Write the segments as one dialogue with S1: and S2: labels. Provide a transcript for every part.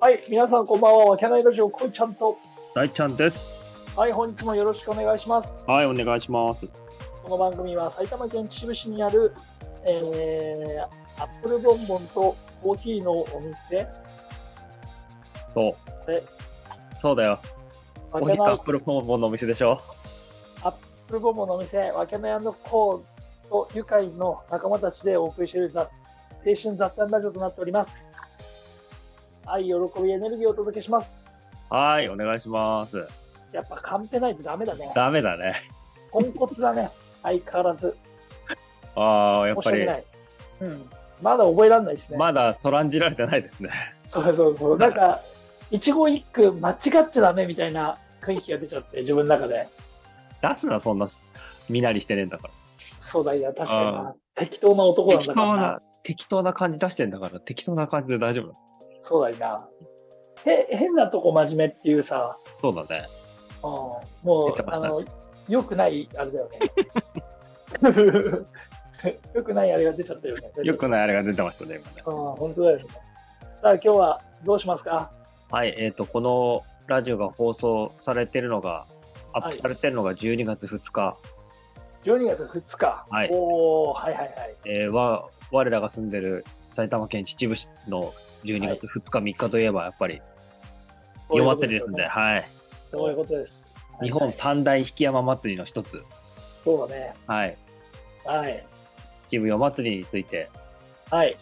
S1: はい、皆さんこんばんは。わけないラジオ、こいちゃんと。
S2: 大ちゃんです。
S1: はい、本日もよろしくお願いします。
S2: はい、お願いします。
S1: この番組は埼玉県秩父市にある、えー、アップルボンボンとコーヒーのお店、
S2: そう
S1: え。
S2: そうだよ。
S1: わ
S2: お
S1: けない
S2: ひた
S1: ア
S2: アップルフォンボンのお店でしょ。
S1: ップルボンボンのお店、わけないコーと愉快の仲間たちでお送りしている雑青春雑談ラジオとなっております。愛、喜び、エネルギーをお届けします。
S2: はい、お願いします。
S1: やっぱカンペないとダメだね。
S2: ダメだね。
S1: ポンコツだね。相変わらず。
S2: ああ、やっ
S1: 申し
S2: ぱ
S1: 訳
S2: り、
S1: ない。うん。まだ覚えられないですね。
S2: まだトランじられてないですね。
S1: そうそうそう。なんか、一語一句間違っちゃダメみたいな雰囲気が出ちゃって、自分の中で。
S2: 出すな、そんな、身なりしてねえんだか
S1: そうだ、いや、確かに
S2: あ
S1: な。適当な男
S2: ら。
S1: なん
S2: 適
S1: だか
S2: 当
S1: らな
S2: な。、適当な感じ出してんだから、適当な感じで大丈夫だ。
S1: そうだよな。へ、変なとこ真面目っていうさ、
S2: そうだね。
S1: うん、も
S2: 出
S1: う
S2: て、ま
S1: あ
S2: した
S1: の、良くない、あれだよね。 良くないあれが出ちゃったよね。
S2: よくないあれが出てましたね、今ね。
S1: うん、本当だよね。さあ、今日はどうしますか
S2: はい、えっ、と、このラジオが放送されてるのが、アップされてるのが12月2日。
S1: ?12 月2日。
S2: はい
S1: おー、はいはいはい。
S2: えーわ我らが住んでる埼玉県秩父市の12月2日、3日といえばやっぱり夜祭りですんで、はい、
S1: そういうことですよね。そうい
S2: 日
S1: うこと
S2: 本
S1: です。
S2: 三大引山祭りの一つ、
S1: そうだね。
S2: はい、
S1: はい。
S2: 秩父夜祭りについて、
S1: はい。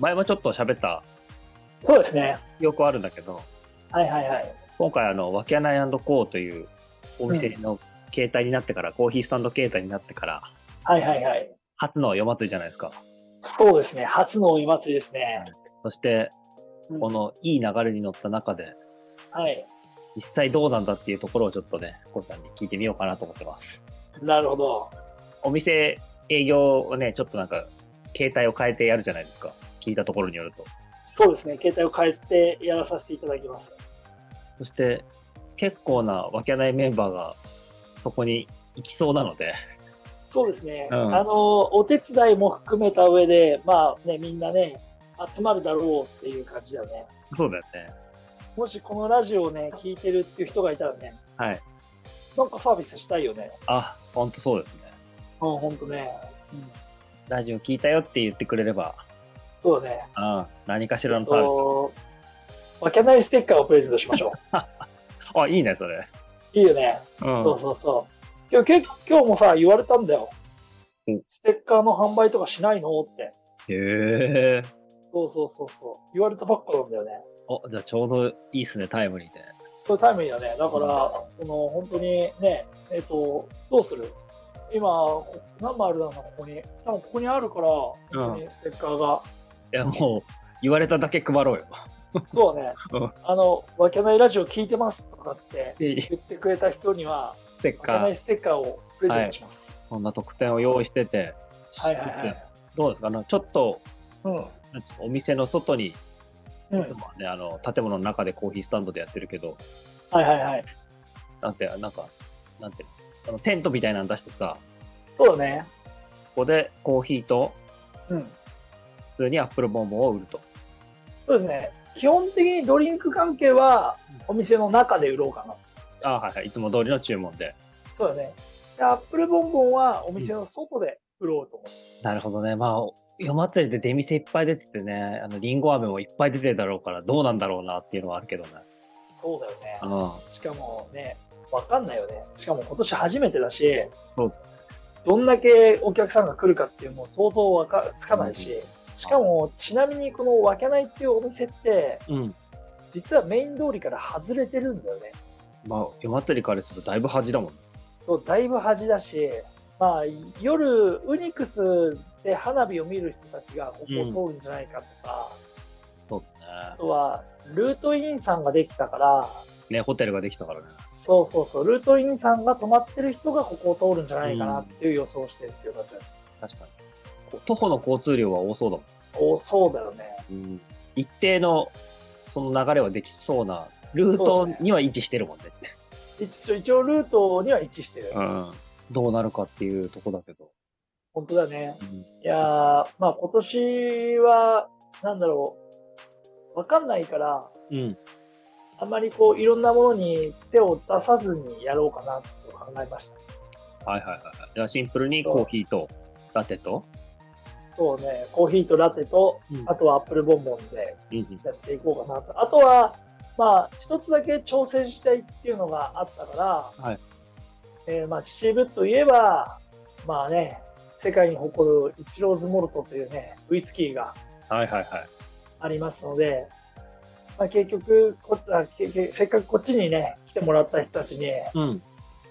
S2: 前もちょっと喋った
S1: そうですね。
S2: 記憶はあるんだけど、
S1: はいはいはい。
S2: 今回あの、わけないコーというお店の携帯になってから、コーヒースタンド携帯になってから、
S1: はいはいはい。
S2: 初の夜祭りじゃないですか。
S1: そうですね。初のお湯祭りですね。
S2: そして、
S1: うん
S2: このいい流れに乗った中で、
S1: はい。
S2: 実際どうなんだっていうところをちょっとね、コウさんに聞いてみようかなと思ってます。
S1: なるほど。
S2: お店営業をね、ちょっとなんか、携帯を変えてやるじゃないですか。聞いたところによると。
S1: そうですね。携帯を変えてやらさせていただきます。
S2: そして、結構なわけないメンバーが、そこに行きそうなので、
S1: そうですね。
S2: うん
S1: あの、お手伝いも含めた上で、まあね、みんなね、集まるだろうっていう感じだよね。
S2: そうだよね。
S1: もしこのラジオをね、聞いてるっていう人がいたらね、
S2: はい。
S1: なんかサービスしたいよね。
S2: あ、ほんとそうですね。
S1: うん、ほんとね。
S2: ラジオ聞いたよって言ってくれれば、
S1: そうだね。
S2: うん、何かしらのサービ
S1: と、わけないステッカーをプレゼントしましょ
S2: ス。あ、いいね、それ。
S1: う。いいよね。
S2: う。
S1: そうんそうそう。今日結今日もさ、言われたんだよ
S2: うん。
S1: ステッカーの販売とかしないのって。
S2: へえ。
S1: そうそうそうそう。言われたばっかなんだよね。
S2: お、じゃあちょうどいいっすね、タイムリーで。
S1: そういうタイムリーだね。だから、その、本当にね、えっ、と、どうする今、こ何枚あるだろうな、ここに。多分ここにあるから、本当にステッカーが。
S2: いや、もう、言われただけ配 ろうよ。
S1: そうね
S2: うん。
S1: あの、わけないラジオ聞いてますとかって
S2: いい
S1: 言ってくれた人には、
S2: ステッ
S1: わけな
S2: カ
S1: い
S2: ー、
S1: ステッカーをプレゼントします。
S2: そんな特典を用意してて。
S1: はい、はい、はいはい
S2: どうですかあのちょっと、
S1: うん。
S2: なんつうのお店の外に、
S1: うん。
S2: いつもはね、あの、建物の中でコーヒースタンドでやってるけど、
S1: はいはいはい。
S2: なんて、なんか、なんて、あのテントみたいなの出してさ、
S1: そうだね。
S2: ここでコーヒーと、
S1: うん。
S2: 普通にアップルボンボンを売ると。
S1: そうですね。基本的にドリンク関係はお店の中で売ろうかな。
S2: あはいはい、いつも通りの注文で。
S1: そうだね。でアップルボンボンはお店の外で売ろうと思
S2: なるほどね。まあ、夜祭りで出店いっぱい出ててね、あの、リンゴ飴もいっぱい出てるだろうから、どうなんだろうなっていうのはあるけどね。
S1: う。そうだ
S2: う
S1: よね。
S2: ん。
S1: しかもね、わかんないよね。しかも今年初めてだし
S2: そう、
S1: どんだけお客さんが来るかっていうもう想像わかつかないし、しかもちなみにこのわけないっていうお店って、
S2: うん。
S1: 実はメイン通りから外れてるんだよね。
S2: まあ、夜祭りからするとだいぶ端だもん。
S1: そうだいぶ恥だし、まあ、夜、ウニクスで花火を見る人たちがここを通るんじゃないかとか、
S2: そう
S1: あとはルートインさんができたから、
S2: ね。ね、ホテルができたからね。
S1: そうそうそう、ルートインさんが泊まってる人がここを通るんじゃないかなっていう予想をしてるっていう感じ、
S2: 確かに。こう徒歩の交通量は多そうだもん。
S1: おそうだよね。
S2: うん一定のその流れはできそうなルートには位置してるもんね。
S1: 一応、一応ルートには一致してる。
S2: うんどうなるかっていうとこだけど。
S1: 本当だね。
S2: うん
S1: いやー、まあ今年は、なんだろう、わかんないから、
S2: うん。
S1: あんまりこういろんなものに手を出さずにやろうかなと考えました。
S2: はいはいはいはい。じゃあシンプルにコーヒーとラテと、
S1: そうね、コーヒーとラテと、
S2: うん
S1: あとはアップルボンボンで
S2: うんうん、
S1: やっていこうかなと。あとは、まあ、一つだけ挑戦したいっていうのがあったから、
S2: はい
S1: えーまあ、秩父といえば、まあね、世界に誇るイチローズモルトというね、ウイスキーが
S2: はいはいはい。
S1: ありますので、まあ、結局こあけけせっかくこっちにね、来てもらった人たちに、
S2: うん。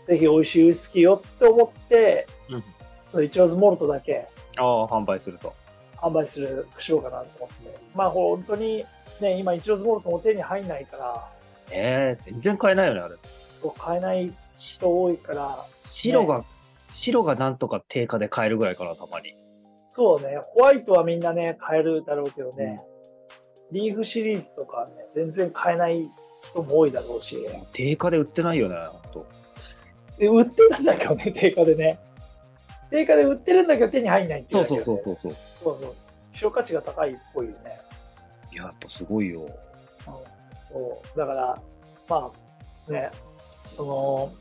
S1: ぜひ美味しいウイスキーをって思って、
S2: うん
S1: そのイチローズモルトだけ
S2: ああ、販売すると。
S1: 販売するしようかなと思って、まあ本当にね、今、イチローズモルトも手に入んないから、
S2: ええ全然買えないよね、あれ。
S1: そう買えない人多いから、
S2: 白が、白がなんとか定価で買えるぐらいかな、たまに。
S1: そうね、ホワイトはみんなね、買えるだろうけどね、リーフシリーズとかね、全然買えない人も多いだろうし、
S2: 定価で売ってないよね、ほんと。
S1: で売ってるんだけどね、 定価でね。定価で売ってるんだけど手に入んないってい
S2: そうう
S1: だけ
S2: そ
S1: で
S2: う
S1: ね、
S2: そうそうそう。
S1: そうそう。希少価値が高いっぽいよね。
S2: いや、やっぱすごいよ。
S1: そうだから、まあね、その、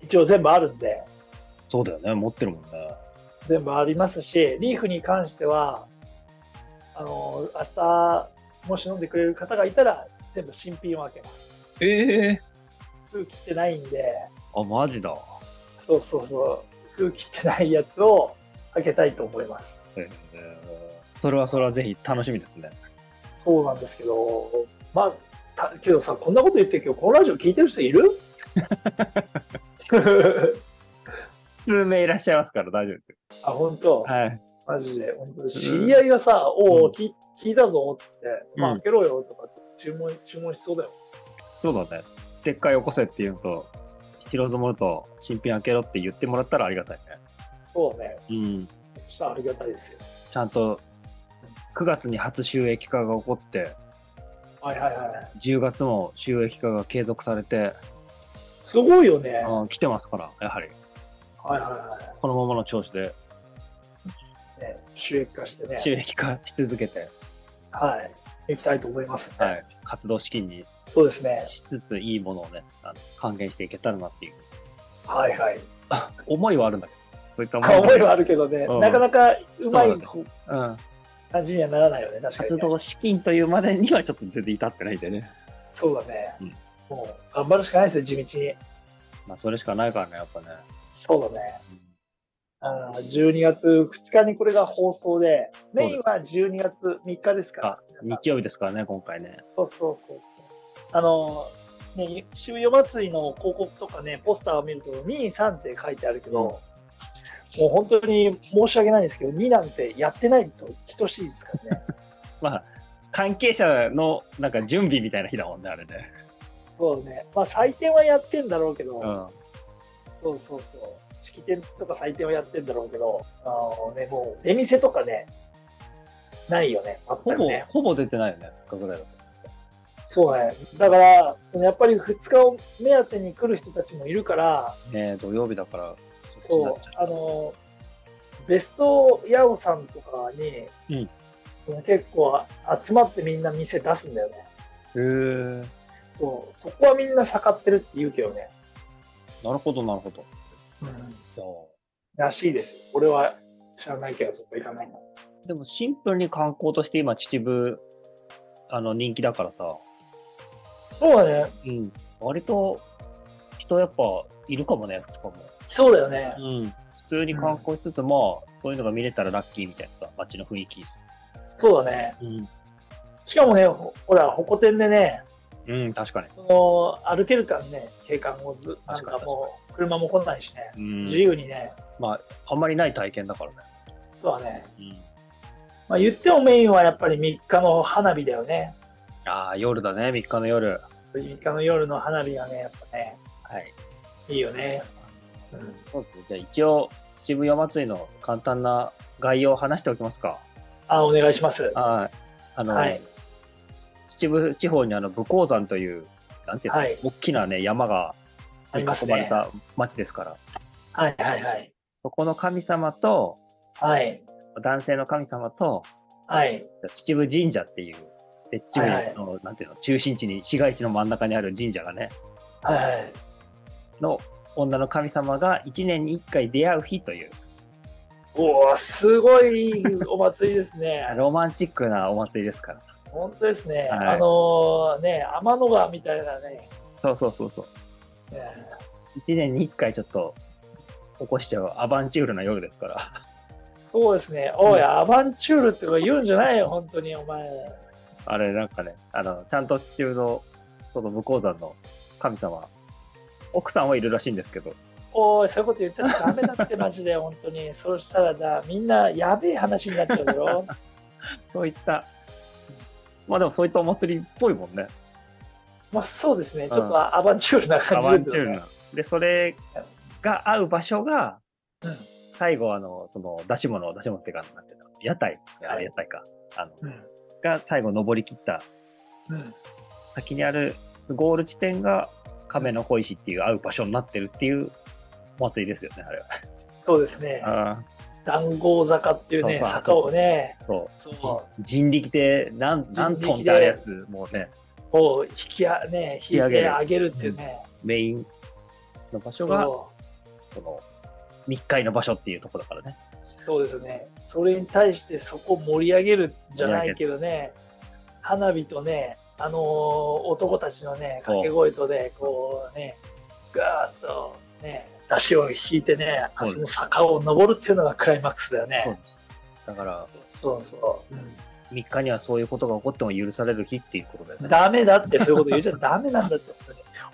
S1: 一応全部あるんで、
S2: そうだよね、持ってるもんね。
S1: 全部ありますし、リーフに関しては、あの、明日、もし飲んでくれる方がいたら、全部新品を開けます。
S2: ええ
S1: 封切ってないんで、
S2: あ、マジだ。
S1: そうそうそう、封切ってないやつを開けたいと思います。
S2: ええそれはそれはぜひ楽しみですね。
S1: そうなんですけど、まあ、たけどさ、こんなこと言ってるけど、このラジオ聞いてる人いる
S2: 数名いらっしゃいますから大丈夫です。
S1: あ、本当。
S2: はい。
S1: マジで、本当に知り合いがさ、お
S2: う
S1: お、
S2: ん
S1: き聞いたぞっつって、まあ
S2: うん
S1: 開けろよとかって注文、注文しそうだよ。
S2: そうだね。ステッカーよこせって言うのと、ヒロズモルト新品開けろって言ってもらったらありがたいね。
S1: そうね。
S2: うん。
S1: そしたらありがたいですよ。
S2: ちゃんと9月に初収益化が起こって、
S1: はいはいはい。
S2: 10月も収益化が継続されて、
S1: すごいよね。は
S2: あー来てますから、やはり。
S1: いはいは
S2: このままの調子で
S1: い。ね、収益化して
S2: 収
S1: ね。
S2: 益化し続けて、
S1: はい。行きたいと思います、ね。
S2: はい、活動資金に
S1: そうですね。
S2: しつついいものをね、あの還元していけたらなっていう。
S1: はいはい。
S2: あ思いはあるんだけど、そういったもの
S1: あ
S2: が
S1: 思いはあるけどね、
S2: うん
S1: なかなかうまい
S2: そうん、
S1: 感じにはならないよね、確かに
S2: 活
S1: ね、
S2: 動資金というまでにはちょっと全然至ってないんでね。
S1: そうだね、
S2: うん
S1: もう頑張るしかないですよ、地道に。
S2: まあ、それしかないからね、やっぱね。
S1: そうだね。あー12月2日にこれが放送で、メインは12月3日ですから
S2: あ、、日曜日ですからね、今回ね。
S1: そうそうそうそう。あのー、ね、週夜祭りの広告とかね、ポスターを見ると、2、3って書いてあるけど、もう本当に申し訳ないんですけど、2なんてやってないと等しいですから ね。
S2: まあ、関係者のなんか準備みたいな日だもんね、あれね。
S1: そうね。まあ、採点はやってんだろうけど、
S2: うん。
S1: そうそうそう。式典とか採点はやってんだろうけど、あのね、もう出店とかね、ないよね。
S2: ほ
S1: 全く
S2: ぼ、
S1: ね。
S2: ほぼ出てないよね、2日ぐらいだと。
S1: そうね。だから、そのやっぱり2日を目当てに来る人たちもいるから、
S2: ねえ土曜日だから、
S1: そう
S2: っちになっち、ゃ
S1: あの、ベストヤオさんとかに、
S2: うん
S1: その結構集まってみんな店出すんだよね。
S2: う。へえ。
S1: そう、そこはみんな盛ってるって言うけどね。
S2: なるほど、なるほど。そ
S1: らしいですよ。俺は知らないけど、そこ行かないの。
S2: うでも、シンプルに観光として今、秩父、あの、人気だからさ、
S1: そうだね。
S2: うん。割と、人やっぱ、いるかもね、2日も。
S1: そうだよね。
S2: うん。普通に観光しつつ、まあ、そういうのが見れたらラッキーみたいなさ、街の雰囲気。
S1: そうだね。
S2: うん。
S1: しかもね、ほほら、ホコ天でね、
S2: うん、確か
S1: その、歩けるからね、景観をず、なんかもう、車も来ないしね、
S2: に。
S1: 自
S2: うん。
S1: 由にね、
S2: まあ、あんまりない体験だからね。
S1: そうだね。
S2: うん。
S1: まあ言ってもメインはやっぱり3日の花火だよね。
S2: ああ、夜だね、3日の夜。
S1: 3日の夜の花火がね、やっぱね、
S2: はい。
S1: いいよね。うん
S2: そうですね。じゃあ一応、秩父夜祭りの簡単な概要を話しておきますか。
S1: あ、お願いします。
S2: はい。あの、
S1: はい。
S2: 秩父地方にあの武甲山という、なんていうの、
S1: はい
S2: 大きなね、山が
S1: あります
S2: 囲
S1: ね
S2: まれた町ですから、
S1: はいはいはい。
S2: そこの神様と、
S1: はい。
S2: 男性の神様と、
S1: はい。
S2: 秩父神社っていうで、秩
S1: はいは
S2: 父
S1: い
S2: の、なんていうの、中心地に、市街地の真ん中にある神社がね、
S1: はい。
S2: の女の神様が一年に一回出会う日という、
S1: おお、すごいお祭りですね。
S2: ロマンチックなお祭りですから。
S1: 本当ですね。
S2: はい
S1: あのーね、天の川みたいなね。
S2: そうそうそうそう。一年に一回ちょっと、起こしちゃうアバンチュールな夜ですから。
S1: そうですね。おい、アバンチュールってこと言うんじゃないよ、本当に、お前。
S2: あれなんかね、あの、ちゃんと秩父の、その向こう山の神様、奥さんはいるらしいんですけど、
S1: おい、そういうこと言っちゃダメ だって、マジで、本当に。そうしたらだ、みんなやべえ話になっちゃうだろ。
S2: そういった、まあでもそういったお祭りっぽいもんね。
S1: まあ、そうですね。
S2: ん
S1: ちょっとアバンチュールな
S2: アバ
S1: 感
S2: ン
S1: じ
S2: チ
S1: です
S2: ュー
S1: よ
S2: ル
S1: ね。
S2: な。で、それが合う場所が
S1: うん、
S2: 最後あの、その出し物を出し物っていうか、なんていうの屋台、あ
S1: はい
S2: れ屋台か。あの、が最後登り切った
S1: うん。うん。
S2: 先にあるゴール地点が亀の小石っていう合う場所になってるっていうお祭りですよね、あれ
S1: そうですね。
S2: は。あ
S1: 談合坂っていうね、
S2: そうそう
S1: 坂をね、
S2: あ、そう。
S1: そう。
S2: 人力で何何トンっ
S1: 人力
S2: て
S1: で
S2: あるやつ、もうね、
S1: を引きあ、ね、引い
S2: 引き上げ
S1: て
S2: る
S1: あげるっていうね。
S2: メインの場所が、
S1: そ
S2: その、密会の場所っていうところだからね。
S1: うそうですね。それに対してそこを盛り上げるじゃないけどね、花火とね、あのー男たちのね、掛け声とね、こうね、ガーッとね、出汁を引いてね、
S2: そうで
S1: 足
S2: す
S1: の坂を登るっていうのがクライマックスだよ
S2: そう
S1: ね。
S2: です。だから、
S1: そうそう。うん
S2: 3日にはそういうことが起こっても許される日っていうことだよね。
S1: ダメだって、そういうこと言っちゃダメなんだって。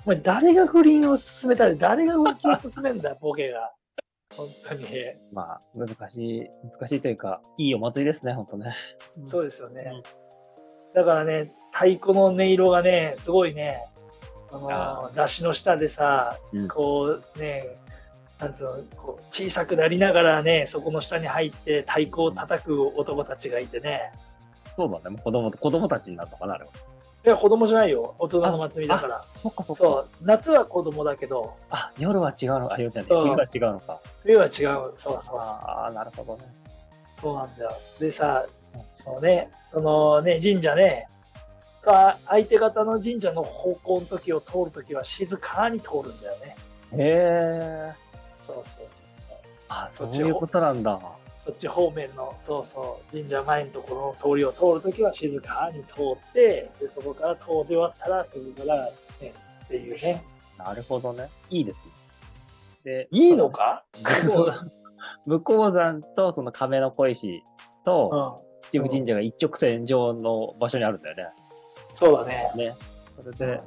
S1: お前、誰が不倫を勧めたり、誰が浮気を勧めん だ、ボケが。本当に。
S2: まあ、難しい、難しいというか、いいお祭りですね、ほんとね。
S1: そうですよね。だからね、太鼓の音色がね、すごいね、そ
S2: あ
S1: の、出汁の下でさ、
S2: うん
S1: こうね、なんつうの、こう小さくなりながらね、そこの下に入って太鼓を叩く男たちがいてね。
S2: そうだね、もう子供、子供たちになるのかな、あれは。
S1: いや、子供じゃないよ。大人の祭りだから。
S2: そっかそっか。
S1: そう。夏は子供だけど、
S2: あ、夜は違うのか、あ、夜じゃない、
S1: そう
S2: 冬は違うのか。
S1: 冬は違う。そうそうそう。
S2: ああ、なるほどね。
S1: そうなんだよ。でさ、そうね、そのね、神社ね、さ相手方の神社の方向の時を通る時は静かに通るんだよね。
S2: へえ。
S1: そうそうそうそう。
S2: あ、そ
S1: そう
S2: いうことなんだ。
S1: そっち方面の、そうそう、神社前のところの通りを通るときは静かに通って、でそこから通り終わったら、そこから、ね、っていうね。
S2: なるほどね。いいですね。で、
S1: いいのか
S2: 向こう山向こう 山とその亀の小石
S1: う
S2: と
S1: ん。
S2: 秩父神社が一直線上の場所にあるんだよね。
S1: そうだね。
S2: ね。それで、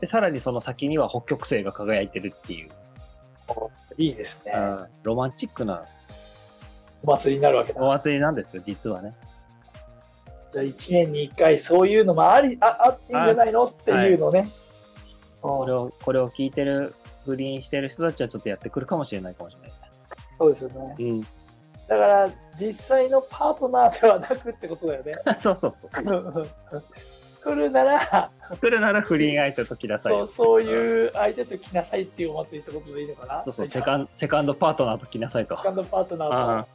S2: でさらにその先には北極星が輝いてるっていう、
S1: いいですね。
S2: ロマンチックな
S1: お祭りになるわけだ
S2: お。祭りなんですよ、実はね。
S1: じゃあ一年に一回そういうのもあり、あ、あっていいんじゃないのっていうのね。
S2: これ
S1: うん
S2: を、これを聞いてる、不倫してる人たちはちょっとやってくるかもしれないかもしれない。
S1: そうですよね。
S2: うん。
S1: だから、実際のパートナーではなくってことだよね。
S2: そうそうそう。
S1: 来るなら、
S2: 来るなら不倫相手ときなさい
S1: そ
S2: よ
S1: う。そういう相手と来なさいっていうお祭りってことでいいのかな
S2: そうそう、
S1: れか
S2: セカンセカンドパートナーと来なさいと
S1: セ。カンドパートナー
S2: あ
S1: と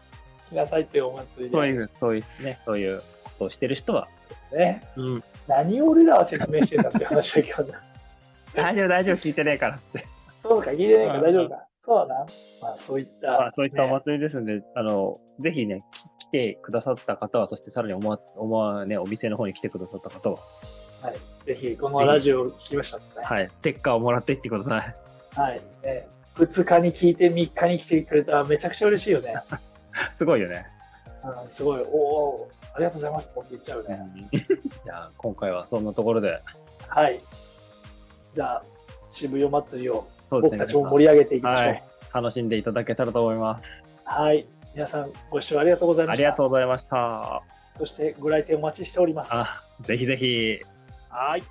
S1: 来なさいっていうお祭り
S2: そう
S1: で
S2: いう、そういうね、そういうことをしてる人は。
S1: ね。
S2: うん。
S1: 何を俺らは説明してたって話だけどね。
S2: 大丈夫、大丈夫、聞いてねえからって。
S1: そうか、聞いてないか
S2: う
S1: ら
S2: ん
S1: 大丈夫か。そうだな。まあ、そういった。
S2: まあ、そういったお
S1: ね
S2: 祭りですんで、あの、ぜひね、き来てくださった方は、そしてさらにおま、おま、ね、お店の方に来てくださった方は、
S1: はい。ぜひ、このラジオを聞きましたね。
S2: はい、ステッカーをもらってってことない。
S1: はい。ね2日に聞いて3日に来てくれたらめちゃくちゃ嬉しいよ ね。
S2: すごいよね。
S1: うんすごい、おーおー、ありがとうございますって言っちゃうね。
S2: じゃあ、今回はそんなところで、
S1: はい。じゃあ、渋谷祭りを
S2: そうで
S1: 僕
S2: す
S1: た
S2: ね
S1: ちも盛り上げていきましょう。
S2: はい楽しんでいただけたらと思います。
S1: はい。皆さん、ご視聴ありがとうござい
S2: あ
S1: まし
S2: り
S1: た。
S2: がとうございました。
S1: そして、ご来店お待ちしております。
S2: あ、ぜひぜひ。
S1: はい。